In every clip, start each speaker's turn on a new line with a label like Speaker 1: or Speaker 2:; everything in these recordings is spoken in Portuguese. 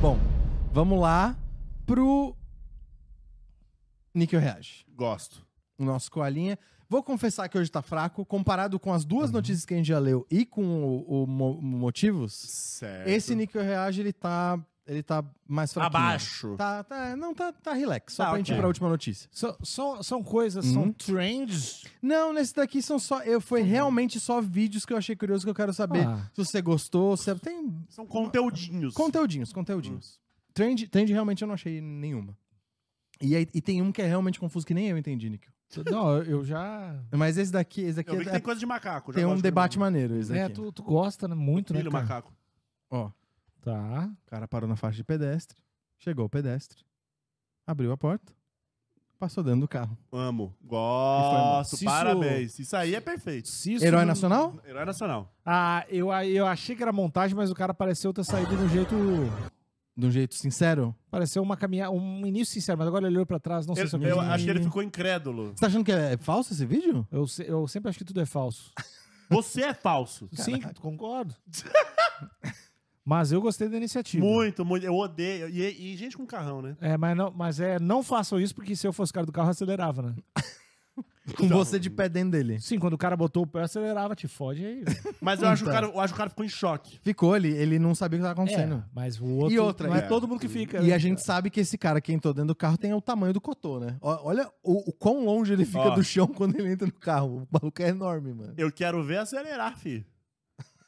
Speaker 1: Bom, vamos lá pro Níquel Reage,
Speaker 2: Gosto.
Speaker 1: o nosso coalinha. Vou confessar que hoje tá fraco, comparado com as
Speaker 3: Uhum.
Speaker 1: duas notícias que a gente já leu e com o, o Mo- Motivos.
Speaker 2: Certo.
Speaker 1: Esse Níquel Reage, ele tá, ele tá mais fraquinho.
Speaker 2: Abaixo.
Speaker 1: Tá, tá, não, tá, tá relax. Só
Speaker 3: Tá,
Speaker 1: pra gente ir
Speaker 3: ok.
Speaker 1: pra última notícia.
Speaker 3: São, são, são coisas,
Speaker 1: Uhum.
Speaker 3: são trends.
Speaker 1: Não, nesse daqui são só. Eu, foi realmente só vídeos que eu achei curioso que eu quero saber.
Speaker 3: Ah.
Speaker 1: Se você gostou, se é, tem
Speaker 2: São conteudinhos.
Speaker 1: Conteudinhos, conteudinhos. Trend, trend realmente eu não achei nenhuma. E, aí- e tem um que é realmente confuso que nem eu entendi, Nico.
Speaker 3: Não, eu- eu já.
Speaker 1: Mas esse daqui, esse daqui
Speaker 2: Eu vi que
Speaker 1: é-
Speaker 2: tem coisa de macaco. já
Speaker 1: tem
Speaker 2: gosto
Speaker 1: um
Speaker 2: de
Speaker 1: debate maneiro. Esse
Speaker 3: É,
Speaker 1: daqui.
Speaker 3: tu, tu gosta né, muito, né?
Speaker 2: Filho
Speaker 3: cara?
Speaker 2: macaco.
Speaker 1: Ó, o
Speaker 3: Tá.
Speaker 1: cara parou na faixa de pedestre, chegou o pedestre, abriu a porta, passou dentro do carro.
Speaker 2: Amo.
Speaker 3: morto.
Speaker 2: Gosto.
Speaker 3: Isso-
Speaker 2: Parabéns. Isso aí é perfeito.
Speaker 3: Se isso
Speaker 1: Herói
Speaker 3: não-
Speaker 1: nacional?
Speaker 2: Herói nacional.
Speaker 3: Ah, eu, eu achei que era montagem, mas o cara pareceu ter saído de um jeito.
Speaker 1: De um jeito sincero.
Speaker 3: Pareceu uma caminhada, um início sincero, mas agora ele olhou pra trás, não sei
Speaker 2: Ele-
Speaker 3: se eu
Speaker 2: eu
Speaker 3: acredito.
Speaker 2: acho que ele ficou incrédulo.
Speaker 1: Você tá achando que é falso esse vídeo?
Speaker 3: Eu, se- eu sempre acho que tudo é falso.
Speaker 2: Você é falso.
Speaker 3: Sim, concordo. mas eu gostei da iniciativa.
Speaker 2: Muito, muito. Eu odeio. E, e gente com carrão, né?
Speaker 3: É, mas não, mas é, não façam isso porque se eu fosse o cara do carro, eu acelerava, né?
Speaker 1: Com
Speaker 2: Então,
Speaker 1: você de pé dentro dele.
Speaker 3: Sim, quando o cara botou o pé, eu acelerava, te fode aí. velho.
Speaker 2: Mas eu acho, que o cara, eu acho que o cara ficou em choque.
Speaker 1: Ficou ali, ele não sabia o que tava acontecendo.
Speaker 3: É, mas o outro.
Speaker 1: E outra,
Speaker 3: não é,
Speaker 1: é.
Speaker 3: todo mundo que fica.
Speaker 1: E a gente sabe que esse cara que entrou dentro do carro tem o tamanho do cotô, né? Ó, Olha o, o quão longe ele fica
Speaker 2: Ó.
Speaker 1: do chão quando ele entra no carro. O maluco é enorme, mano.
Speaker 2: Eu quero ver acelerar, fi.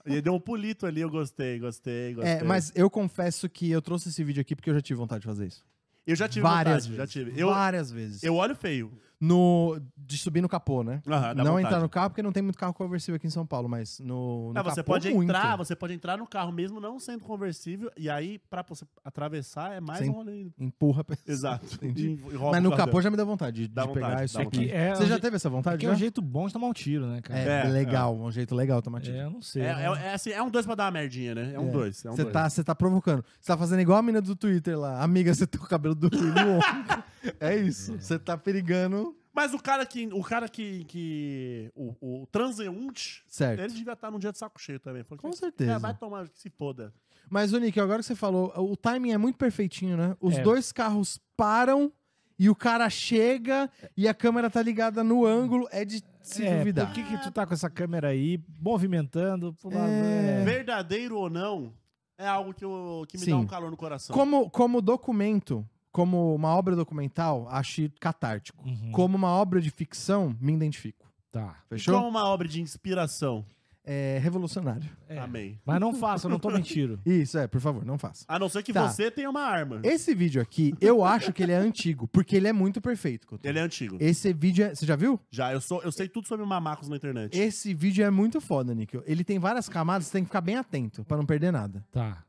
Speaker 2: E ele deu um pulito ali, eu gostei, gostei, gostei.
Speaker 1: É, mas eu confesso que eu trouxe esse vídeo aqui porque eu já tive vontade de fazer isso.
Speaker 2: Eu já tive
Speaker 1: Várias vezes.
Speaker 2: vontade, já tive. Eu,
Speaker 1: Várias vezes.
Speaker 2: eu olho feio.
Speaker 1: No, de subir no capô, né?
Speaker 2: Aham, Ah, dá
Speaker 1: não
Speaker 2: vontade.
Speaker 1: entrar no carro, porque não tem muito carro conversível aqui em São Paulo, mas no, no
Speaker 2: Ah, você
Speaker 1: capô,
Speaker 2: pode
Speaker 1: muito.
Speaker 2: entrar, você pode entrar no carro mesmo não sendo conversível, e aí, pra você atravessar, é mais
Speaker 1: Sim.
Speaker 2: um rolê. ainda.
Speaker 1: Empurra. a pessoa.
Speaker 2: Exato.
Speaker 1: Entendi.
Speaker 2: E- e rouba
Speaker 1: Mas
Speaker 2: o
Speaker 1: no
Speaker 2: carro
Speaker 1: capô
Speaker 2: dela.
Speaker 1: já me deu vontade de,
Speaker 2: Dá
Speaker 1: de pegar
Speaker 2: vontade,
Speaker 1: isso.
Speaker 2: dá
Speaker 1: aqui.
Speaker 3: que é,
Speaker 1: Você já
Speaker 3: um-
Speaker 1: teve essa
Speaker 3: é
Speaker 1: vontade?
Speaker 3: que é um
Speaker 1: Tá, já?
Speaker 3: jeito bom de tomar um tiro, né, cara?
Speaker 1: É,
Speaker 2: É,
Speaker 1: legal. Um jeito legal, Tomatinho.
Speaker 3: É, eu não sei.
Speaker 2: É,
Speaker 3: né?
Speaker 2: é- é assim, é um dois pra dar uma merdinha, né? É um
Speaker 1: É.
Speaker 2: dois. É um
Speaker 1: Você
Speaker 2: dois.
Speaker 1: tá, você tá provocando. Você tá fazendo igual a menina do Twitter lá. Amiga, você tem o cabelo do no ombro. É isso. Você tá perigando.
Speaker 2: Mas o cara que. O cara que. que o, o transeunte,
Speaker 1: Certo.
Speaker 2: ele devia estar num dia de saco cheio também. Falou,
Speaker 1: Com
Speaker 2: que-
Speaker 1: certeza.
Speaker 2: É, vai tomar que se foda.
Speaker 1: Mas, ô, Nick, agora que você falou, o timing é muito perfeitinho, né? Os
Speaker 3: É.
Speaker 1: dois carros param e o cara chega e a câmera tá ligada no ângulo. É de se
Speaker 3: É,
Speaker 1: duvidar.
Speaker 3: Por que, que tu tá com essa câmera aí, movimentando? pro lado,
Speaker 1: É.
Speaker 3: né?
Speaker 2: Verdadeiro ou não, é algo que, eu, que me
Speaker 1: Sim.
Speaker 2: dá um calor no coração.
Speaker 1: Como, como documento, como uma obra documental, achei catártico.
Speaker 3: Uhum.
Speaker 1: Como uma obra de ficção, me identifico.
Speaker 3: Tá.
Speaker 1: Fechou?
Speaker 2: Como uma obra de inspiração.
Speaker 1: É revolucionário.
Speaker 3: É.
Speaker 2: Amém.
Speaker 3: Mas não faça, não tome tiro.
Speaker 1: Isso, é, por favor, não faça.
Speaker 2: A não ser que
Speaker 1: Tá.
Speaker 2: você tenha uma arma.
Speaker 1: Esse vídeo aqui, eu acho que ele é antigo, porque ele é muito perfeito. Couto.
Speaker 2: Ele é antigo.
Speaker 1: Esse vídeo é. Você já viu?
Speaker 2: Já, eu, sou, eu sei tudo sobre mamacos na internet.
Speaker 1: Esse vídeo é muito foda, Nico. Ele tem várias camadas, você tem que ficar bem atento pra não perder nada.
Speaker 3: Tá.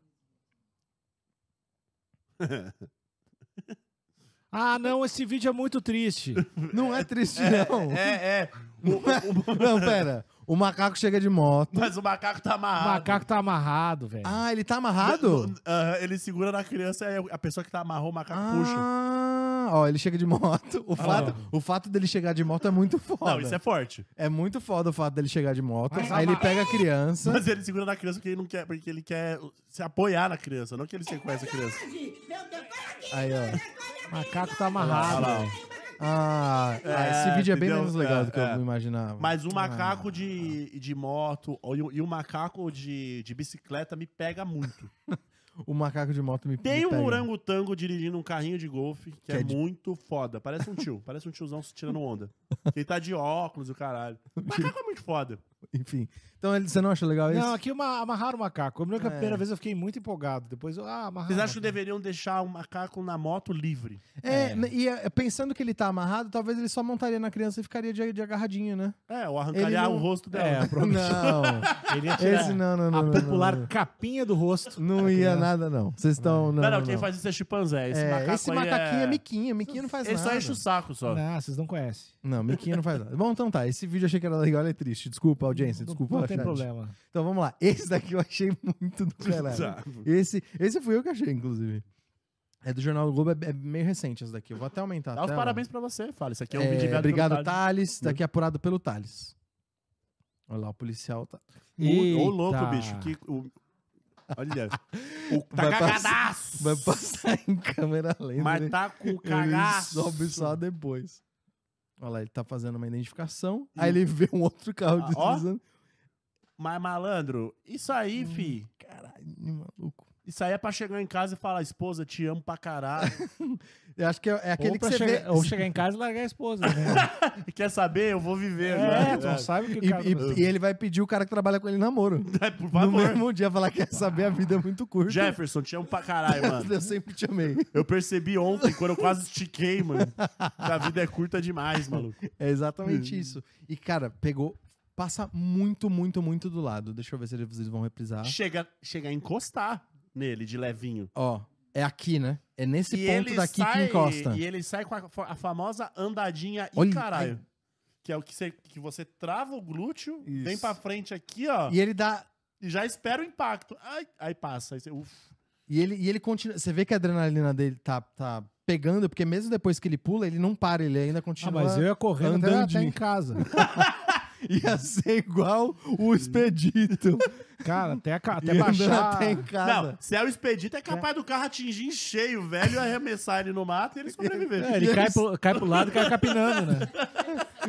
Speaker 3: Ah, não, esse vídeo é muito triste.
Speaker 1: Não é triste, não.
Speaker 2: É, é. O- o- o-
Speaker 1: Não, pera. O macaco chega de moto.
Speaker 2: mas o macaco tá
Speaker 3: O
Speaker 2: amarrado.
Speaker 3: macaco tá amarrado, velho.
Speaker 1: Ah, ele tá
Speaker 2: No-
Speaker 1: amarrado?
Speaker 2: no- aham, ele segura na criança e a pessoa que tá amarrou o macaco puxa.
Speaker 1: Ah, ó, ele chega de moto. O fato, o fato dele chegar de moto é muito foda.
Speaker 2: Não, isso é forte.
Speaker 1: é... muito foda o fato dele chegar de moto.
Speaker 3: Mas
Speaker 1: Aí ele
Speaker 3: ama-
Speaker 1: pega a criança.
Speaker 2: Mas ele segura na criança porque ele não quer, porque ele quer se apoiar na criança, não que ele sequestre a criança.
Speaker 1: Aí, ó.
Speaker 3: O macaco tá
Speaker 2: Olha
Speaker 3: amarrado.
Speaker 2: lá, ó.
Speaker 3: velho.
Speaker 1: Ah,
Speaker 2: É,
Speaker 1: esse vídeo é bem
Speaker 2: entendeu?
Speaker 1: menos legal
Speaker 2: É,
Speaker 1: do que
Speaker 2: é.
Speaker 1: eu imaginava.
Speaker 2: Mas o macaco de, de moto ó, e o, e o macaco de, de bicicleta me pega muito.
Speaker 1: O macaco de moto me
Speaker 2: Tem
Speaker 1: me
Speaker 2: um
Speaker 1: pega.
Speaker 2: orangotango dirigindo um carrinho de golfe que,
Speaker 1: Que
Speaker 2: é,
Speaker 1: é de-
Speaker 2: muito foda. Parece um tio, parece um tiozão tirando onda. Ele tá de óculos e o caralho. O macaco é muito foda.
Speaker 1: Enfim. Então ele- você não acha legal isso?
Speaker 3: Não, é. aqui uma, amarraram o macaco. Eu me lembro que
Speaker 1: É.
Speaker 3: a primeira vez eu fiquei muito empolgado. Depois eu, ah, amarraram.
Speaker 2: Vocês
Speaker 3: o
Speaker 2: acham que
Speaker 3: macaco.
Speaker 2: deveriam deixar o macaco na moto livre?
Speaker 1: é,
Speaker 3: É.
Speaker 1: n- e é, pensando que ele tá amarrado, talvez ele só montaria na criança e ficaria de, de agarradinho, né?
Speaker 2: É, ou arrancaria
Speaker 1: não-
Speaker 2: o rosto dela.
Speaker 3: É, provavelmente.
Speaker 1: Não.
Speaker 3: Ele ia tirar
Speaker 1: Esse não, é não, não.
Speaker 3: É. a
Speaker 1: não, não,
Speaker 3: popular
Speaker 1: não.
Speaker 3: capinha do rosto.
Speaker 1: Não,
Speaker 3: da
Speaker 1: ia
Speaker 3: criança.
Speaker 1: nada, não. Vocês estão. Não,
Speaker 2: Não, não,
Speaker 1: não,
Speaker 2: quem faz isso é chimpanzé. Esse
Speaker 1: É,
Speaker 2: macaco
Speaker 1: esse
Speaker 2: aí
Speaker 1: macaquinho é... Né,
Speaker 2: é
Speaker 1: miquinho, miquinho não faz
Speaker 2: Ele
Speaker 3: é
Speaker 1: nada.
Speaker 2: só enche o saco só.
Speaker 3: Não, vocês não conhecem.
Speaker 1: Não, miquinho não faz nada. Bom, então tá. Esse vídeo eu achei que era legal, ele é triste. Desculpa, audiência,
Speaker 3: Não-
Speaker 1: desculpa.
Speaker 3: Não, tem
Speaker 1: chat.
Speaker 3: problema.
Speaker 1: Então vamos lá. Esse daqui eu achei muito do caralho.
Speaker 2: Tá.
Speaker 1: Esse, esse fui eu que achei, inclusive. É do Jornal do Globo, é, é meio recente esse daqui. Eu vou até aumentar.
Speaker 2: Dá
Speaker 1: a
Speaker 2: os
Speaker 1: tela.
Speaker 2: parabéns pra você, fala. Isso aqui é um
Speaker 1: Então, É,
Speaker 2: vídeo enviado pelo
Speaker 1: obrigado,
Speaker 2: Tadeu.
Speaker 1: Thales. Isso daqui é apurado pelo Thales. Olha lá, o policial tá.
Speaker 2: Ô, ô, louco,
Speaker 3: Eita.
Speaker 2: bicho. Que, o- Olha. O, tá
Speaker 1: Vai passar-
Speaker 2: cagadaço.
Speaker 1: Vai passar em câmera lenta. né?
Speaker 2: Mas tá com o
Speaker 1: Ele
Speaker 2: cagaço.
Speaker 1: sobe só depois. Olha lá, ele tá fazendo uma identificação. Aí ele vê um outro carro
Speaker 2: Ah, ó.
Speaker 1: deslizando.
Speaker 2: Mas, malandro, isso aí,
Speaker 1: Hum.
Speaker 2: fi.
Speaker 1: Caralho, maluco.
Speaker 2: Isso aí é pra chegar em casa e falar, esposa, te amo pra caralho.
Speaker 1: Eu acho que é, é aquele
Speaker 3: ou,
Speaker 1: que
Speaker 3: pra
Speaker 1: você
Speaker 3: chegar,
Speaker 1: vê.
Speaker 3: ou chegar em casa e largar a esposa. Né?
Speaker 2: Quer saber? Eu vou viver
Speaker 3: é, tu
Speaker 2: agora.
Speaker 3: não sabe o que
Speaker 1: E,
Speaker 3: o cara...
Speaker 1: e- e ele vai pedir o cara que trabalha com ele namoro.
Speaker 2: É, Por
Speaker 1: No
Speaker 2: favor.
Speaker 1: mesmo dia, falar que quer saber, a vida é muito curta.
Speaker 2: Jefferson, te amo pra caralho, mano.
Speaker 1: Eu sempre te amei.
Speaker 2: Eu percebi ontem, quando eu quase estiquei, mano, que a vida é curta demais, maluco.
Speaker 1: É exatamente
Speaker 2: Uhum.
Speaker 1: isso. E, cara, pegou. Passa muito, muito, muito do lado. Deixa eu ver se eles eles vão reprisar.
Speaker 2: Chega, chega a encostar nele de levinho.
Speaker 1: Ó, é aqui, né? É nesse
Speaker 2: E
Speaker 1: ponto
Speaker 2: ele
Speaker 1: daqui que
Speaker 2: sai-
Speaker 1: encosta.
Speaker 2: E ele sai com a, fa- a famosa andadinha e
Speaker 1: Olha-
Speaker 2: caralho. Que é o que você, que você trava o glúteo,
Speaker 1: Isso.
Speaker 2: vem pra frente aqui, ó,
Speaker 1: E ele dá
Speaker 2: e já espera o impacto. Ai, aí passa. Aí você, uf.
Speaker 1: E ele, e ele continua. Você vê que a adrenalina dele tá, tá pegando, porque mesmo depois que ele pula, ele não para, ele ainda
Speaker 3: Ah,
Speaker 1: continua.
Speaker 3: mas eu ia correndo até,
Speaker 1: andando de-
Speaker 3: até em casa.
Speaker 1: Ia ser igual o expedito.
Speaker 3: Cara, até, a ca- até
Speaker 1: Ia andando
Speaker 3: baixar...
Speaker 1: até em
Speaker 2: Não,
Speaker 1: casa.
Speaker 2: se é o expedito, é capaz do carro atingir em cheio, o velho, e arremessar ele no mato e ele sobreviver.
Speaker 3: É, ele cai pro, cai pro lado e cai capinando, né?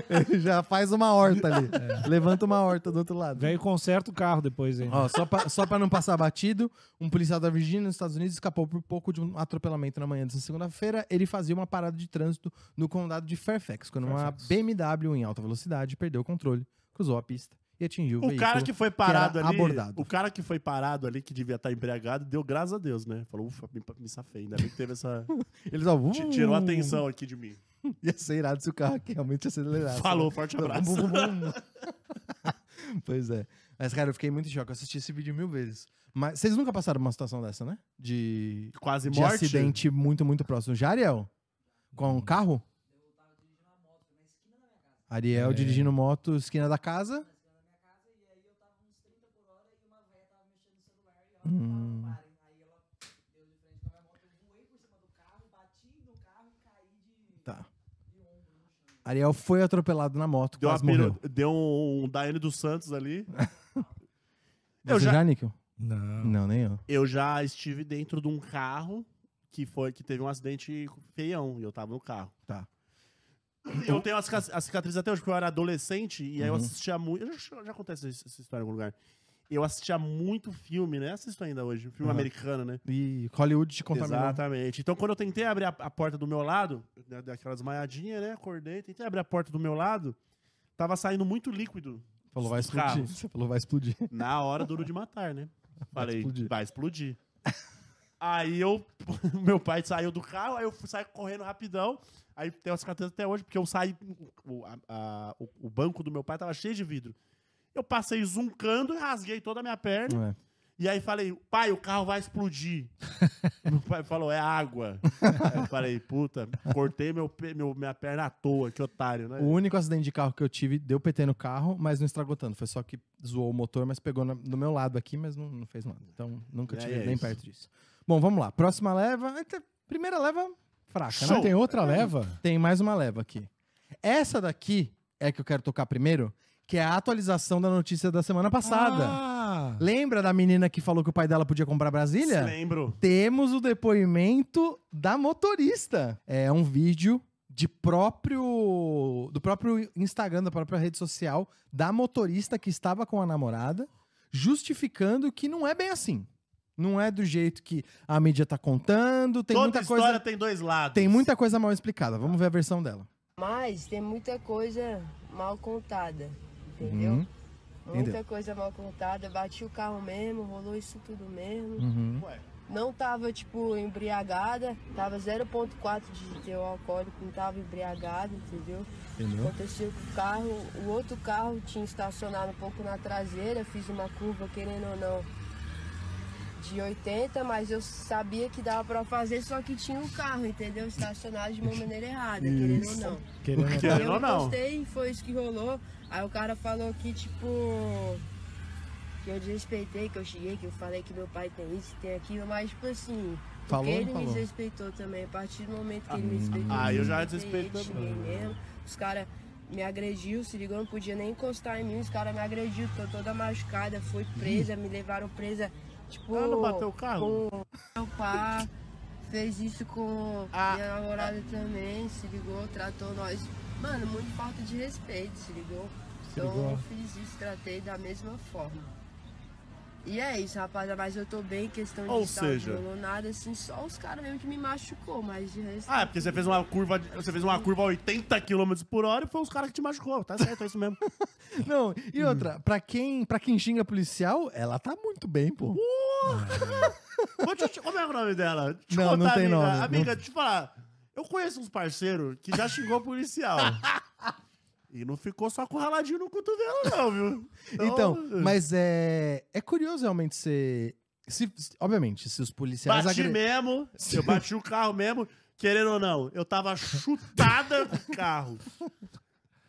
Speaker 1: Ele já faz uma horta ali.
Speaker 3: É.
Speaker 1: Levanta uma horta do outro lado.
Speaker 3: Daí conserta o carro depois ainda.
Speaker 1: Ó, só, pra, só pra não passar batido, um policial da Virgínia, nos Estados Unidos, escapou por pouco de um atropelamento na manhã dessa segunda-feira. Ele fazia uma parada de trânsito no condado de Fairfax, quando
Speaker 3: Fairfax.
Speaker 1: uma BMW em alta velocidade perdeu o controle, cruzou a pista e atingiu o,
Speaker 2: O
Speaker 1: veículo.
Speaker 2: cara que foi parado
Speaker 1: é, era
Speaker 2: ali.
Speaker 1: abordado.
Speaker 2: O cara que foi parado ali, que devia estar embriagado, deu graças a Deus, né? Falou, ufa, me, me safei. Ainda bem que teve essa.
Speaker 1: Eles, ó,
Speaker 2: ti- Tirou a
Speaker 1: "Uh".
Speaker 2: atenção aqui de mim.
Speaker 1: Ia ser irado se o carro aqui realmente acelerasse.
Speaker 2: Falou, forte
Speaker 1: Né?
Speaker 2: abraço.
Speaker 1: Bum, bum, bum. pois é. Mas, cara, eu fiquei muito em choque. Eu assisti esse vídeo mil vezes. Mas vocês nunca passaram uma situação dessa, né? De,
Speaker 2: Quase
Speaker 1: de
Speaker 2: morte. Hum.
Speaker 1: acidente muito, muito próximo. Já, Ariel? Com um carro? Ariel
Speaker 3: É.
Speaker 1: dirigindo moto, esquina da casa. Hum. Tá. Ariel foi atropelado na moto,
Speaker 2: Deu, uma
Speaker 1: quase morreu.
Speaker 2: peru- deu um, um Daiane dos Santos ali. Eu
Speaker 1: Você
Speaker 2: já-
Speaker 1: Níquel?
Speaker 3: Não.
Speaker 1: Não, nem eu.
Speaker 2: Eu já estive dentro de um carro que foi que teve um acidente feião e eu tava no carro.
Speaker 1: Tá. Então
Speaker 2: Eu tenho as ca- a cicatriz até hoje, porque eu era adolescente e aí eu
Speaker 1: Uhum.
Speaker 2: assistia muito. Eu já, já acontece essa essa história em algum lugar. Eu assistia muito filme, né? Assisto ainda hoje, filme
Speaker 1: Uhum.
Speaker 2: americano, né?
Speaker 1: E Hollywood te contaminou.
Speaker 2: Exatamente. Então, quando eu tentei abrir a, a porta do meu lado, né, daquela desmaiadinha, né? Acordei, tentei abrir a porta do meu lado, tava saindo muito líquido.
Speaker 1: Falou, vai
Speaker 2: Os
Speaker 1: explodir.
Speaker 2: carros.
Speaker 1: Você falou, vai explodir.
Speaker 2: Na hora, duro de matar, né? Falei, vai
Speaker 1: explodir.
Speaker 2: explodir. aí eu, meu pai saiu do carro, aí eu fui sair correndo rapidão. Aí tem umas carteiras até hoje, porque eu saí, o, a- a- o- o banco do meu pai tava cheio de vidro. Eu passei zuncando e rasguei toda a minha perna.
Speaker 1: Não é.
Speaker 2: E aí falei, pai, o carro vai explodir. meu pai falou, é água. aí eu falei, puta, cortei meu, pe- meu- minha perna à toa, que otário, né?
Speaker 1: O único acidente de carro que eu tive deu PT no carro, mas não estragou tanto. Foi só que zoou o motor, mas pegou na- do meu lado aqui, mas não, não fez nada. Então nunca
Speaker 2: E
Speaker 1: tive
Speaker 2: aí é
Speaker 1: nem
Speaker 2: isso.
Speaker 1: perto disso. Bom, vamos lá. Próxima leva. Eita, Primeira leva fraca, né?
Speaker 2: Show.
Speaker 3: Tem outra leva?
Speaker 1: Tem mais uma leva aqui. Essa daqui é que eu quero tocar primeiro, que é a atualização da notícia da semana passada.
Speaker 3: Ah,
Speaker 1: Lembra da menina que falou que o pai dela podia comprar Brasília?
Speaker 2: Lembro.
Speaker 1: temos o depoimento da motorista. É um vídeo de próprio do próprio Instagram, da própria rede social da motorista que estava com a namorada, justificando que não é bem assim. Não é do jeito que a mídia tá contando, tem
Speaker 2: Toda
Speaker 1: muita
Speaker 2: história tá assim.
Speaker 1: coisa,
Speaker 2: tem dois lados.
Speaker 1: tem muita coisa mal explicada. Vamos ver a versão dela.
Speaker 4: Mas tem muita coisa mal contada, entendeu?
Speaker 1: Uhum. Entendeu?
Speaker 4: Muita coisa mal contada, bati o carro mesmo, rolou isso tudo mesmo.
Speaker 1: Uhum.
Speaker 2: Ué,
Speaker 4: Não tava, tipo, embriagada, tava 0.4 de teu alcoólico, não tava embriagada, entendeu?
Speaker 1: Entendeu?
Speaker 4: Aconteceu com o carro, o outro carro tinha estacionado um pouco na traseira, fiz uma curva, querendo ou não, de 80, mas eu sabia que dava pra fazer, só que tinha um carro, entendeu? Estacionado de uma maneira errada, querendo ou não.
Speaker 3: Querendo
Speaker 2: Que-
Speaker 4: E
Speaker 2: Querendo
Speaker 4: eu
Speaker 2: ou não.
Speaker 4: encostei, foi isso que rolou. Aí o cara falou que, tipo. Que eu desrespeitei, que eu cheguei, que eu falei que meu pai tem isso, tem aquilo, mas, tipo assim.
Speaker 1: Falou ou
Speaker 4: porque
Speaker 1: não
Speaker 4: ele
Speaker 1: falou?
Speaker 4: me desrespeitou também. A partir do momento que ele me desrespeitou.
Speaker 2: ah, eu já né?
Speaker 4: desrespeitei ele,
Speaker 2: desrespeitei
Speaker 4: xinguei mesmo. Os caras me agrediu, se ligou, não podia nem encostar em mim. Os caras me agrediu, tô toda machucada, fui presa, me levaram presa. Tipo,
Speaker 2: ela Ah, não bateu o carro?
Speaker 4: meu pai fez isso com
Speaker 2: Ah.
Speaker 4: minha namorada também, se ligou, tratou nós. Mano, muito falta de respeito, se ligou? então
Speaker 3: ligou?
Speaker 4: eu fiz isso, tratei da mesma forma. E é isso, rapaziada, mas eu tô bem, questão de
Speaker 2: Ou
Speaker 4: saúde,
Speaker 2: seja-
Speaker 4: não rolou nada, assim, só os caras mesmo que me machucou, mas de resto.
Speaker 2: Ah, é porque você fez uma curva, de- você fez uma curva a 80 km por hora e foi os caras que te machucou. Tá certo, é isso mesmo.
Speaker 1: Não, e outra, pra quem, pra quem xinga policial, ela tá muito bem, pô.
Speaker 2: Vou te- te- como é o nome dela? Te
Speaker 1: Não, não tem
Speaker 2: amiga.
Speaker 1: nome.
Speaker 2: Amiga, deixa eu te falar. Eu conheço uns parceiros que já xingou policial. e não ficou só encurraladinho no cotovelo, não, viu?
Speaker 1: Então, mas é. É curioso realmente ser. Se, se- obviamente, se os policiais.
Speaker 2: Bati
Speaker 1: agre-
Speaker 2: mesmo, eu bati o carro mesmo, querendo ou não, eu tava chutada com o carro.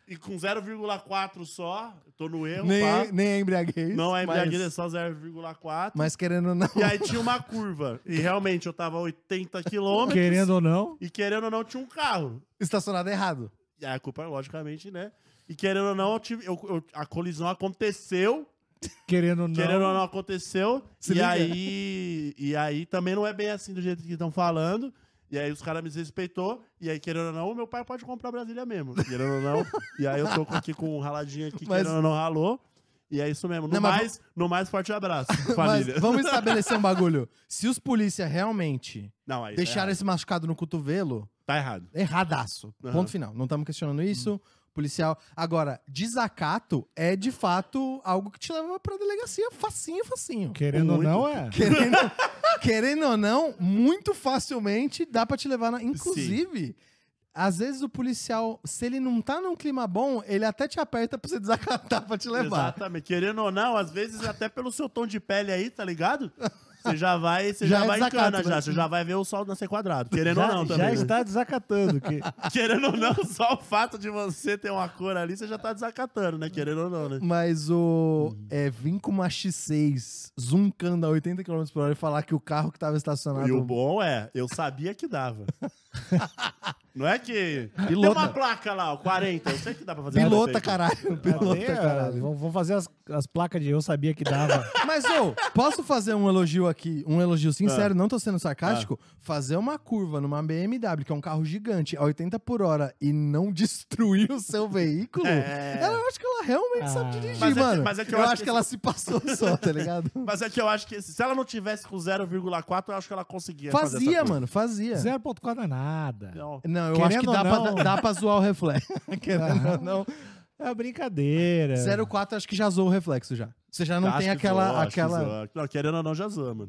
Speaker 2: E com 0,4 só, eu tô no erro, pá.
Speaker 1: Nem, nem é embriaguez.
Speaker 2: Não é embriaguez, é
Speaker 1: mas,
Speaker 2: só 0,4.
Speaker 1: mas querendo ou não.
Speaker 2: E aí tinha uma curva. E realmente eu tava a 80 quilômetros.
Speaker 3: Querendo ou não,
Speaker 2: E querendo ou não, tinha um carro.
Speaker 1: Estacionado é errado.
Speaker 2: E aí a culpa, logicamente, né? E querendo ou não, eu tive- eu- eu- a colisão aconteceu.
Speaker 3: querendo ou não.
Speaker 2: Querendo ou não, aconteceu.
Speaker 1: Se
Speaker 2: e
Speaker 1: liga.
Speaker 2: aí. E aí também não é bem assim do jeito que estão falando. E aí os caras me desrespeitou. E aí, querendo ou não, o meu pai pode comprar Brasília mesmo. Querendo ou não. e aí eu tô com- aqui com um raladinho aqui,
Speaker 1: Mas-
Speaker 2: querendo ou não, ralou. E é isso mesmo. No,
Speaker 1: Não, mas
Speaker 2: mais, no mais, forte abraço,
Speaker 1: Mas
Speaker 2: família.
Speaker 1: vamos estabelecer um bagulho. Se os polícia realmente
Speaker 2: Não, aí tá
Speaker 1: deixaram
Speaker 2: errado.
Speaker 1: esse machucado no cotovelo,
Speaker 2: Tá errado.
Speaker 1: erradaço.
Speaker 2: Aham.
Speaker 1: Ponto final. Não estamos questionando isso. Policial. Agora, desacato é de fato algo que te leva pra delegacia facinho, facinho.
Speaker 3: Querendo ou
Speaker 2: Muito.
Speaker 3: não, é.
Speaker 1: Querendo, querendo ou não, muito facilmente dá pra te levar na. Inclusive, às vezes o policial, se ele não tá num clima bom, ele até te aperta pra você desacatar pra te levar.
Speaker 2: Exatamente. Querendo ou não, às vezes até pelo seu tom de pele aí, tá ligado? Você já vai, você
Speaker 1: Já
Speaker 2: já,
Speaker 1: é
Speaker 2: vai em
Speaker 1: desacato,
Speaker 2: cana
Speaker 1: né?
Speaker 2: já. Você já vai ver o sol nascer quadrado. Querendo
Speaker 3: já,
Speaker 2: ou não
Speaker 3: já
Speaker 2: também. né?
Speaker 3: está desacatando. Que...
Speaker 2: Querendo ou não, só o fato de você ter uma cor ali, você já tá desacatando, né? Querendo ou não, né?
Speaker 1: Mas o.
Speaker 2: Uhum.
Speaker 1: É, vir com uma X6 zuncando a 80 km por hora e falar que o carro que tava estacionado.
Speaker 2: E o bom é, eu sabia que dava. Não é que. Tem
Speaker 1: Pilota.
Speaker 2: uma placa lá, ó, 40. Eu sei que dá pra fazer.
Speaker 1: Pilota,
Speaker 2: perfeito.
Speaker 1: caralho.
Speaker 3: É,
Speaker 1: Pilota, caralho.
Speaker 3: vou, vou fazer as, as placas de eu sabia que dava.
Speaker 1: Mas, ô, posso fazer um elogio aqui? Um elogio
Speaker 2: Ah.
Speaker 1: sincero, não tô sendo sarcástico. Fazer uma curva numa BMW, que é um carro gigante, a 80 por hora, e não destruir o seu veículo,
Speaker 2: É.
Speaker 1: ela, eu acho que ela realmente
Speaker 3: Ah.
Speaker 1: sabe dirigir,
Speaker 2: Mas é que-
Speaker 1: mano.
Speaker 2: mas é que
Speaker 1: eu,
Speaker 2: eu
Speaker 1: acho
Speaker 2: acho
Speaker 1: que,
Speaker 2: que
Speaker 1: ela se passou só, tá ligado?
Speaker 2: Mas é que eu acho que se ela não tivesse com 0,4, eu acho que ela conseguia. fazer essa
Speaker 1: Fazia,
Speaker 2: coisa.
Speaker 1: mano, fazia.
Speaker 3: 0.4 não é nada.
Speaker 2: Não.
Speaker 1: Não, eu
Speaker 3: Querendo
Speaker 1: acho que
Speaker 3: ou
Speaker 1: dá pra,
Speaker 3: não.
Speaker 1: dá pra zoar o reflexo. Querendo ou não.
Speaker 3: É uma brincadeira.
Speaker 1: 04 acho que já zoou o reflexo já. Você já não
Speaker 2: Acho
Speaker 1: tem
Speaker 2: que
Speaker 1: aquela.
Speaker 2: zoa, acho que
Speaker 1: aquela... É.
Speaker 2: zoa. Não, querendo ou não, já zoa, mano.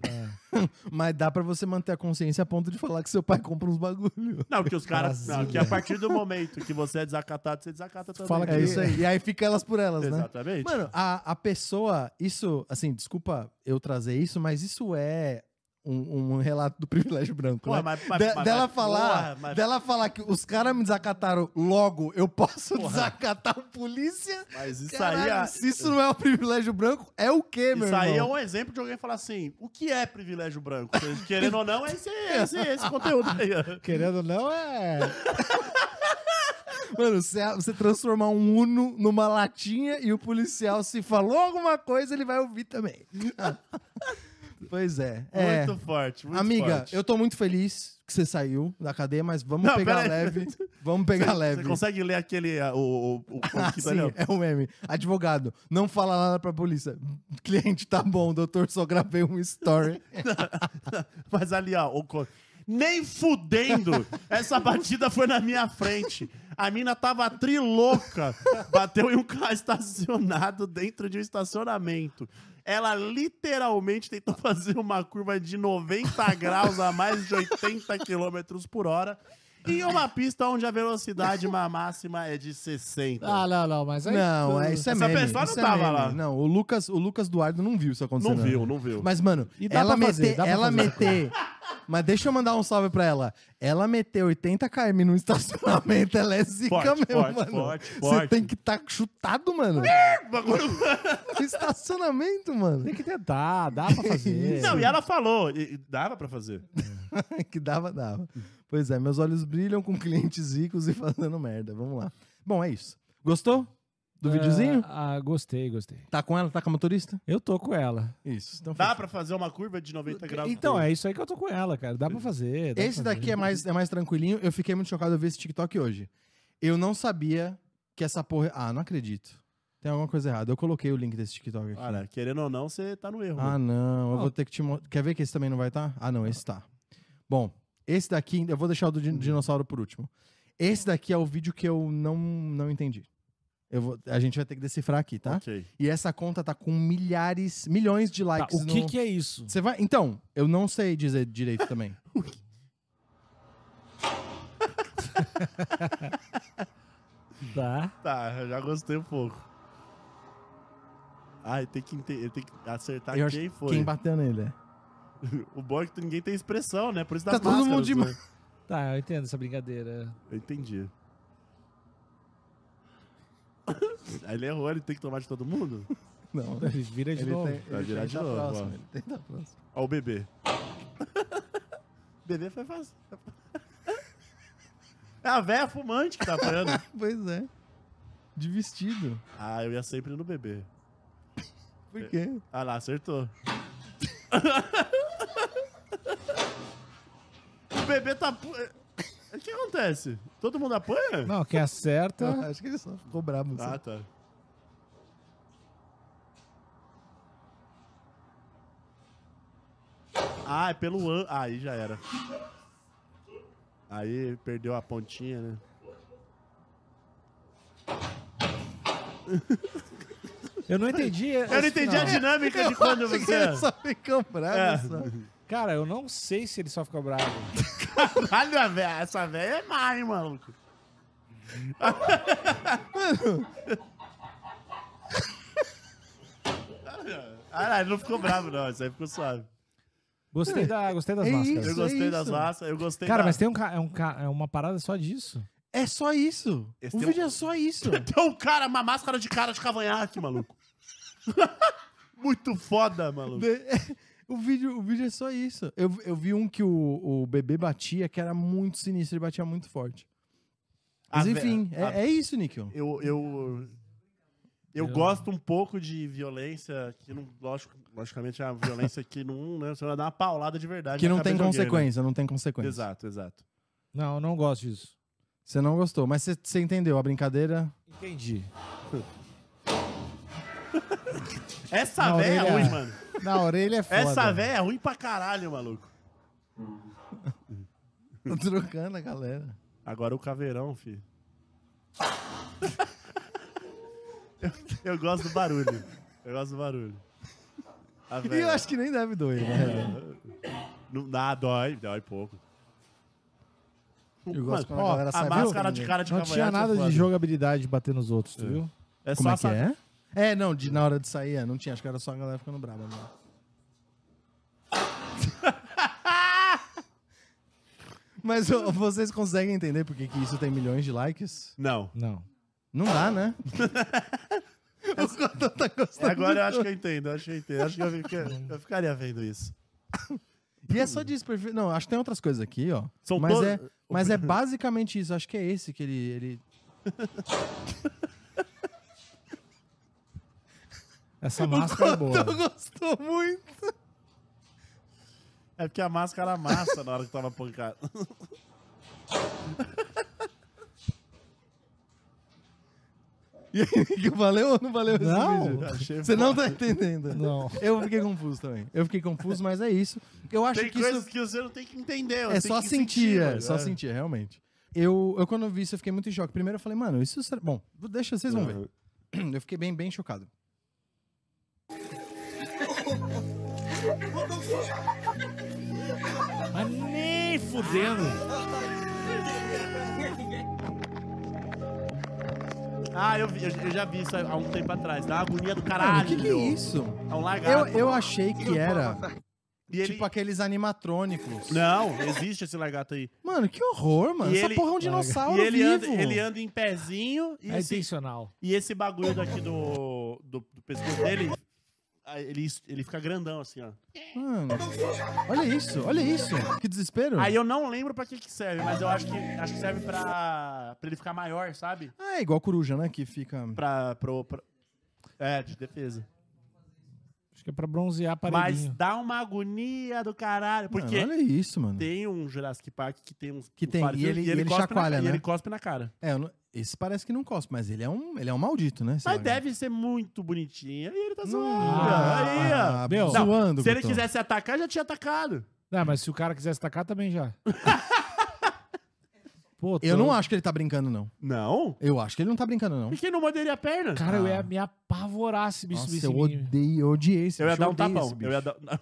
Speaker 1: Mas dá pra você manter a consciência a ponto de falar que seu pai compra uns bagulho.
Speaker 2: Não, porque os caras.
Speaker 3: Brasil,
Speaker 2: Não, que a partir do momento que você é desacatado, você desacata também.
Speaker 3: Fala
Speaker 1: É
Speaker 3: que-
Speaker 1: isso aí. E aí fica elas por elas, né?
Speaker 2: Exatamente.
Speaker 1: Mano, a, a pessoa, isso, assim, desculpa eu trazer isso, mas isso é um, um relato do privilégio branco.
Speaker 2: Ué,
Speaker 1: né?
Speaker 2: mas- mas-
Speaker 1: De-
Speaker 2: mas-
Speaker 1: dela
Speaker 2: mas-
Speaker 1: falar,
Speaker 2: porra, mas-
Speaker 1: dela falar que os caras me desacataram logo, eu posso
Speaker 2: Porra.
Speaker 1: desacatar o polícia?
Speaker 2: Mas isso aí.
Speaker 1: Caralho,
Speaker 2: é-
Speaker 1: se isso não é um privilégio branco, é o quê, meu
Speaker 2: Isso aí é
Speaker 1: irmão?
Speaker 2: um exemplo de alguém falar assim: o que é privilégio branco? Querendo ou não, é esse, esse, esse conteúdo aí. ó.
Speaker 3: Querendo ou não, é.
Speaker 1: Mano, você, é você transformar um Uno numa latinha e o policial, se falou alguma coisa, ele vai ouvir também. pois é. é.
Speaker 2: Muito forte, muito
Speaker 1: Amiga,
Speaker 2: forte.
Speaker 1: eu tô muito feliz que você saiu da cadeia, mas vamos
Speaker 2: Não,
Speaker 1: pegar
Speaker 2: pera aí.
Speaker 1: leve. Vamos pegar leve.
Speaker 2: Você consegue ler aquele. ah, O, o, o, o
Speaker 1: Ah,
Speaker 2: que tá
Speaker 1: sim,
Speaker 2: ali, ó?
Speaker 1: é um meme. Advogado, não fala nada pra polícia. Cliente, tá bom, doutor, só gravei um story.
Speaker 2: Mas ali, ó. o co- Nem fudendo! Essa batida foi na minha frente. A mina tava trilouca. Bateu em um carro estacionado dentro de um estacionamento. Ela literalmente tentou fazer uma curva de 90 graus a mais de 80 km por hora em uma pista onde a velocidade má- máxima é de 60.
Speaker 3: Ah, não, não, mas aí.
Speaker 1: Não, é, isso é
Speaker 2: Essa
Speaker 1: meme.
Speaker 2: pessoa não
Speaker 1: isso é
Speaker 2: tava
Speaker 1: meme.
Speaker 2: lá.
Speaker 1: Não, o Lucas, o Lucas Duardo não viu isso acontecendo. né?
Speaker 2: não viu, não viu.
Speaker 1: Mas, mano,
Speaker 3: E dá
Speaker 1: ela
Speaker 3: pra fazer,
Speaker 1: meter.
Speaker 3: dá pra
Speaker 1: ela
Speaker 3: fazer.
Speaker 1: meter. Mas deixa eu mandar um salve pra ela. Ela meter 80 km num estacionamento, ela é zica
Speaker 2: Forte,
Speaker 1: mesmo,
Speaker 2: forte,
Speaker 1: mano.
Speaker 2: forte,
Speaker 1: Você
Speaker 2: forte. É,
Speaker 1: tem que estar chutado, mano. estacionamento, mano.
Speaker 3: Tem que tentar, dá pra fazer.
Speaker 2: Não, e ela falou. e- e dava pra fazer.
Speaker 1: que dava, dava. Pois é, meus olhos brilham com clientes ricos e fazendo merda. Vamos lá. Bom, é isso. Gostou do Um videozinho?
Speaker 3: Ah, ah, gostei, gostei.
Speaker 1: Tá com ela? Tá com a motorista?
Speaker 3: Eu tô com ela.
Speaker 1: Isso. Então,
Speaker 2: Dá
Speaker 1: fechou.
Speaker 2: pra fazer uma curva de 90 graus.
Speaker 3: Então, é isso aí que eu tô com ela, cara. Dá pra fazer. dá pra
Speaker 1: Esse daqui
Speaker 3: fazer.
Speaker 1: é mais, é mais tranquilinho. Eu fiquei muito chocado. Eu vi esse TikTok hoje. Eu não sabia que essa porra. Ah, não acredito. Tem alguma coisa errada. Eu coloquei o link desse TikTok aqui.
Speaker 2: Cara, querendo ou não, você tá no erro.
Speaker 1: Ah, não. Eu vou ter que te mostrar. Quer ver que esse também não vai estar? Ah, não, esse tá. Bom, esse daqui. Eu vou deixar o do din- dinossauro por último. Esse daqui é o vídeo que eu não, não entendi. Eu vou, a gente vai ter que decifrar aqui, tá?
Speaker 2: Ok.
Speaker 1: E essa conta tá com milhares, milhões de
Speaker 3: Tá,
Speaker 1: likes.
Speaker 3: o que
Speaker 1: no-
Speaker 3: que é isso?
Speaker 1: Você vai. Então, eu não sei dizer direito também.
Speaker 3: Tá.
Speaker 2: Tá, eu já gostei um pouco. Ah, tem que, inte- tem que acertar
Speaker 1: Eu acho
Speaker 2: Tá, quem
Speaker 1: que
Speaker 2: foi.
Speaker 1: Quem bateu nele. é.
Speaker 2: O bom é que ninguém tem expressão, né? Por isso
Speaker 1: Tá
Speaker 2: das
Speaker 1: todo mundo
Speaker 2: máscaras,
Speaker 1: de
Speaker 2: né?
Speaker 3: Tá, eu entendo essa brincadeira.
Speaker 2: Eu entendi. Aí ele errou, ele tem que tomar de todo mundo?
Speaker 1: Não.
Speaker 3: Vira de
Speaker 1: Ele
Speaker 3: novo.
Speaker 1: tem- ele
Speaker 2: Vai virar
Speaker 1: tenta
Speaker 2: de
Speaker 1: a
Speaker 2: novo, ó.
Speaker 1: próxima, ele tenta a próxima.
Speaker 2: Ó o bebê. bebê foi fácil. É a véia fumante que tá apanhando.
Speaker 1: Pois é. De vestido. É.
Speaker 2: ah, eu ia sempre no bebê.
Speaker 1: Por quê?
Speaker 2: Ah lá, acertou. o bebê tá. pu- O que acontece? Todo mundo apanha?
Speaker 3: Não, quem
Speaker 1: Eu
Speaker 3: acerta.
Speaker 1: acho que ele só ficou brabo.
Speaker 2: Tá. Ah,
Speaker 1: sabe?
Speaker 2: tá. Ah, é pelo an... ah, Aí já era. Aí perdeu a pontinha, né?
Speaker 3: Eu não entendi.
Speaker 2: Eu não entendi a dinâmica de quando
Speaker 1: Acho que
Speaker 2: você.
Speaker 1: ele só ficou brabo.
Speaker 2: É.
Speaker 1: só.
Speaker 3: Cara, eu não sei se ele só ficou bravo.
Speaker 2: Caralho, a véia- essa velha é má, hein, maluco? Ah, ele não ficou bravo, não. Isso aí ficou suave.
Speaker 3: Gostei, da, gostei das
Speaker 1: É
Speaker 3: máscaras.
Speaker 1: isso,
Speaker 2: Eu gostei
Speaker 1: é
Speaker 2: das
Speaker 1: isso.
Speaker 2: raças, eu gostei
Speaker 3: Cara,
Speaker 2: da...
Speaker 3: mas tem um, ca- é um ca- é uma parada só disso?
Speaker 1: É só isso.
Speaker 2: Esse
Speaker 1: o
Speaker 2: tem um
Speaker 1: vídeo é só isso.
Speaker 2: Tem um cara, uma máscara de cara de cavanhaque, maluco. Muito foda, maluco.
Speaker 1: Be- O vídeo, o vídeo é só isso. Eu, eu vi um que o, o bebê batia, que era muito sinistro, ele batia muito forte. Mas
Speaker 2: A ve-
Speaker 1: enfim, é,
Speaker 2: a-
Speaker 1: é isso, Níquel.
Speaker 2: Eu, eu, eu gosto um pouco de violência, que não, lógico, logicamente é uma violência que não, né, você vai dar uma paulada de verdade.
Speaker 1: Que
Speaker 2: na
Speaker 1: não tem
Speaker 2: cabeça de alguém,
Speaker 1: consequência, não tem
Speaker 2: né?
Speaker 1: consequência.
Speaker 2: Exato, exato.
Speaker 3: Não, eu não gosto disso.
Speaker 1: Você não gostou, mas você- você entendeu a brincadeira?
Speaker 3: Entendi.
Speaker 2: Essa
Speaker 3: Na
Speaker 2: véia é
Speaker 3: orelha.
Speaker 2: ruim, mano.
Speaker 3: Na orelha é foda.
Speaker 2: Essa véia é ruim pra caralho, maluco.
Speaker 1: Tô trocando a galera.
Speaker 2: Agora o caveirão, fi. eu, eu gosto do barulho. Eu gosto do barulho. A
Speaker 1: E eu
Speaker 2: véia-
Speaker 1: acho que nem deve doer, né? na
Speaker 2: É.
Speaker 1: real.
Speaker 2: Não, dá, dói, dói pouco.
Speaker 1: Eu gosto quando a
Speaker 3: ó,
Speaker 1: galera
Speaker 3: a
Speaker 1: sai
Speaker 2: máscara
Speaker 1: batendo.
Speaker 2: de cara de
Speaker 3: Não
Speaker 2: cavanhaque
Speaker 3: tinha nada
Speaker 2: é
Speaker 3: de
Speaker 2: foda.
Speaker 3: jogabilidade de bater nos outros, tu viu?
Speaker 2: É
Speaker 1: Como
Speaker 2: só
Speaker 1: é que
Speaker 2: essa-
Speaker 1: é? É, não, de, na hora de sair, é, não tinha. Acho que era só a galera ficando brava. né? Mas ô, vocês conseguem entender por que, que isso tem milhões de likes?
Speaker 2: Não.
Speaker 3: Não.
Speaker 1: Não dá, né? é
Speaker 2: Agora eu acho que eu entendo, eu acho que eu entendo. Acho que eu, fica- eu ficaria vendo isso.
Speaker 1: E é só disso, perfil. Não, acho que tem outras coisas aqui, ó.
Speaker 2: São
Speaker 1: mas,
Speaker 2: todas-
Speaker 1: é, mas é basicamente isso. Acho que é esse que ele. ele...
Speaker 3: Essa máscara é boa.
Speaker 1: gostou muito.
Speaker 2: É porque a máscara amassa na hora que tava pancada.
Speaker 1: E aí, que valeu ou não valeu esse
Speaker 3: Não.
Speaker 1: vídeo?
Speaker 2: Achei
Speaker 1: Você não tá entendendo.
Speaker 3: Não.
Speaker 1: Eu fiquei confuso também. Eu fiquei confuso, mas é isso. Eu acho
Speaker 2: Tem
Speaker 1: que
Speaker 2: coisas
Speaker 1: isso
Speaker 2: que você não tem que entender.
Speaker 1: é
Speaker 2: você tem
Speaker 1: só
Speaker 2: que
Speaker 1: sentir, é,
Speaker 2: mano.
Speaker 1: só
Speaker 2: É.
Speaker 1: sentir, realmente. Eu, eu quando vi isso, eu fiquei muito em choque. Primeiro eu falei, mano, isso será... Bom, deixa, vocês vão ver.
Speaker 2: Uhum.
Speaker 1: Eu fiquei bem, bem chocado.
Speaker 3: Mas É nem fudendo.
Speaker 2: Ah, eu, vi- eu- eu já vi isso há um tempo atrás. Dá uma agonia
Speaker 1: Mano,
Speaker 2: do caralho.
Speaker 1: o que, que é isso?
Speaker 2: É um
Speaker 1: Eu,
Speaker 2: lagarto.
Speaker 1: eu achei que era
Speaker 2: E ele-
Speaker 1: tipo aqueles animatrônicos.
Speaker 2: Não, existe esse lagarto aí.
Speaker 1: Mano, que horror, mano.
Speaker 2: Né? E
Speaker 1: Essa
Speaker 2: ele-
Speaker 1: porra é um dinossauro
Speaker 2: e ele anda,
Speaker 1: vivo.
Speaker 2: ele anda em pezinho e,
Speaker 3: É
Speaker 2: esse,
Speaker 3: intencional.
Speaker 2: e esse bagulho daqui do, do, do pescoço dele, aí ele, ele fica grandão assim, ó.
Speaker 1: Mano, olha isso, olha isso. Que desespero.
Speaker 2: Aí eu não lembro pra que que serve, mas eu acho que, acho que serve pra, pra ele ficar maior, sabe?
Speaker 1: Ah, é igual coruja, né? Que fica...
Speaker 2: Pra, pro, pra- É, de defesa.
Speaker 3: Acho que é pra bronzear
Speaker 2: Mas
Speaker 3: paredinho.
Speaker 2: dá uma agonia do caralho,
Speaker 1: Mano,
Speaker 2: porque...
Speaker 1: olha isso, mano.
Speaker 2: Tem um Jurassic Park que tem uns.
Speaker 1: Que
Speaker 2: um
Speaker 1: tem,
Speaker 2: faretinho,
Speaker 1: e ele- e ele
Speaker 2: cospe
Speaker 1: chacoalha,
Speaker 2: na,
Speaker 1: né?
Speaker 2: E ele cospe na cara.
Speaker 1: É, eu não- esse parece que não cospe, mas ele é um, ele é um maldito, né? esse
Speaker 2: Mas
Speaker 1: lagarto.
Speaker 2: deve ser muito bonitinho. E ele tá zoando. aí, ó.
Speaker 1: Ah,
Speaker 3: Meu,
Speaker 2: Não,
Speaker 1: zoando,
Speaker 2: se ele
Speaker 1: Guto.
Speaker 2: quisesse atacar, já tinha atacado.
Speaker 3: Não, mas se o cara quisesse tacar, também já. Pô,
Speaker 1: Eu
Speaker 3: tô-
Speaker 1: não acho que ele tá brincando, não.
Speaker 2: Não?
Speaker 1: Eu acho que ele não tá brincando, não.
Speaker 2: Por que não morderia a perna?
Speaker 3: Cara, eu
Speaker 1: Ah.
Speaker 3: ia me apavorar se me
Speaker 1: Nossa,
Speaker 3: subisse
Speaker 1: eu
Speaker 3: em mim.
Speaker 1: odeio, eu odiei esse
Speaker 2: Eu ia
Speaker 1: bicho.
Speaker 2: dar um
Speaker 1: odeio esse
Speaker 2: tapão.
Speaker 1: bicho.
Speaker 2: Eu ia dar. Não,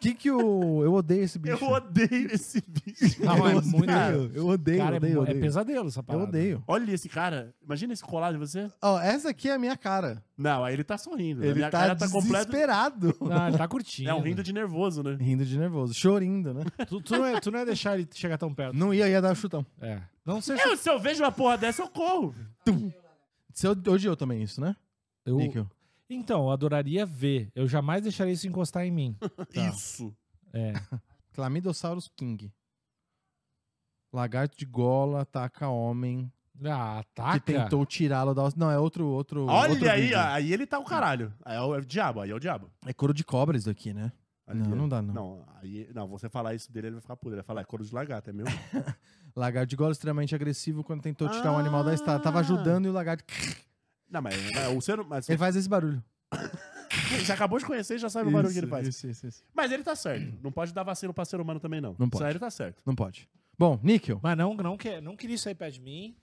Speaker 1: Que que eu... Eu odeio esse bicho.
Speaker 2: Eu odeio esse bicho.
Speaker 3: Não, é
Speaker 1: eu
Speaker 3: muito-
Speaker 1: odeio, eu odeio,
Speaker 3: Cara, é
Speaker 1: odeio,
Speaker 3: mo- é,
Speaker 1: odeio.
Speaker 3: pesadelo essa
Speaker 1: Eu
Speaker 3: parada.
Speaker 1: odeio.
Speaker 2: Olha esse cara. Imagina esse colado em você.
Speaker 1: Ó, essa aqui é a minha cara.
Speaker 2: Não, aí ele tá sorrindo. A
Speaker 1: Ele
Speaker 2: minha
Speaker 1: tá,
Speaker 2: cara tá completa.
Speaker 1: desesperado.
Speaker 3: Não, ele tá curtindo.
Speaker 2: É um rindo de nervoso, né?
Speaker 1: Rindo de nervoso, chorindo, né?
Speaker 3: Tu, tu não ia, tu não ia deixar ele chegar tão perto.
Speaker 1: Não ia, ia dar um chutão.
Speaker 3: É. Não sei se...
Speaker 2: Eu, se eu vejo uma porra dessa, eu corro.
Speaker 1: Você odiou também isso, né,
Speaker 3: Eu-
Speaker 1: Níquel?
Speaker 3: Então, eu adoraria ver. Eu jamais deixaria isso encostar em mim.
Speaker 1: Tá.
Speaker 2: Isso.
Speaker 3: É.
Speaker 1: Clamidosaurus King. Lagarto de gola ataca homem
Speaker 3: Ah, ataca.
Speaker 1: que tentou tirá-lo da... Não, é outro... outro outro
Speaker 2: Olha aí,
Speaker 1: vídeo.
Speaker 2: ó, aí ele tá o caralho. Aí é o, é o diabo, aí é o diabo.
Speaker 1: É couro de cobra isso daqui, né?
Speaker 2: Aí
Speaker 1: Não,
Speaker 2: ele-
Speaker 1: não dá, não.
Speaker 2: Não, aí, não, você falar isso dele, ele vai ficar puto. Ele vai falar, é couro de lagarto, é meu?
Speaker 1: Lagarto de gola extremamente agressivo quando tentou tirar um animal da estada. Tava
Speaker 2: Ah.
Speaker 1: ajudando e o lagarto...
Speaker 2: não, mas, mas o ser hum- mas
Speaker 1: Ele faz esse barulho.
Speaker 2: você acabou de conhecer e já sabe o barulho que ele faz.
Speaker 1: Isso, isso, isso.
Speaker 2: Mas ele tá certo. Não pode dar vacilo pra ser humano também, não.
Speaker 1: Não pode.
Speaker 2: Isso aí ele tá certo.
Speaker 1: Não pode. Bom, níquel.
Speaker 3: Mas não, não, que, não queria isso aí perto de mim.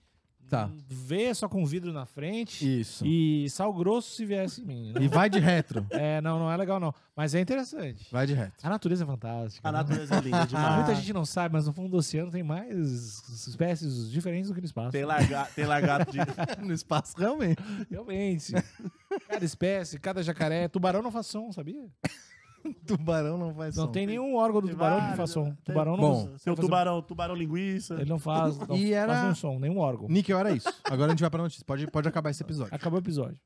Speaker 1: Tá.
Speaker 3: Hum, Vê só com vidro na frente.
Speaker 1: Isso. E,
Speaker 3: E sal grosso se viesse em mim. Não,
Speaker 1: vai de retro.
Speaker 3: é, não, não é legal, não. Mas é interessante.
Speaker 1: Vai de retro.
Speaker 3: A natureza é fantástica.
Speaker 1: Tá
Speaker 2: A
Speaker 3: né?
Speaker 2: natureza é linda demais.
Speaker 3: Muita gente não sabe, mas no fundo do oceano tem mais espécies diferentes do que no espaço.
Speaker 2: Tem, larga, tem lagarto de...
Speaker 1: no espaço, realmente.
Speaker 3: Realmente. cada espécie, cada jacaré. Tubarão não faz som, sabia?
Speaker 1: Tubarão não faz
Speaker 3: Não
Speaker 1: som.
Speaker 3: tem nenhum órgão do
Speaker 2: Tem
Speaker 3: tubarão que
Speaker 2: vários,
Speaker 3: faz som.
Speaker 2: né?
Speaker 3: Tubarão não
Speaker 1: Bom,
Speaker 3: faz- não
Speaker 2: Seu
Speaker 3: faz-
Speaker 2: tubarão, tubarão linguiça.
Speaker 3: Ele não faz, não
Speaker 1: E era-
Speaker 3: faz nenhum som, nenhum órgão.
Speaker 1: Níquel, era isso. Agora a gente vai pra notícia. Pode, pode acabar esse episódio.
Speaker 3: Acabou o episódio.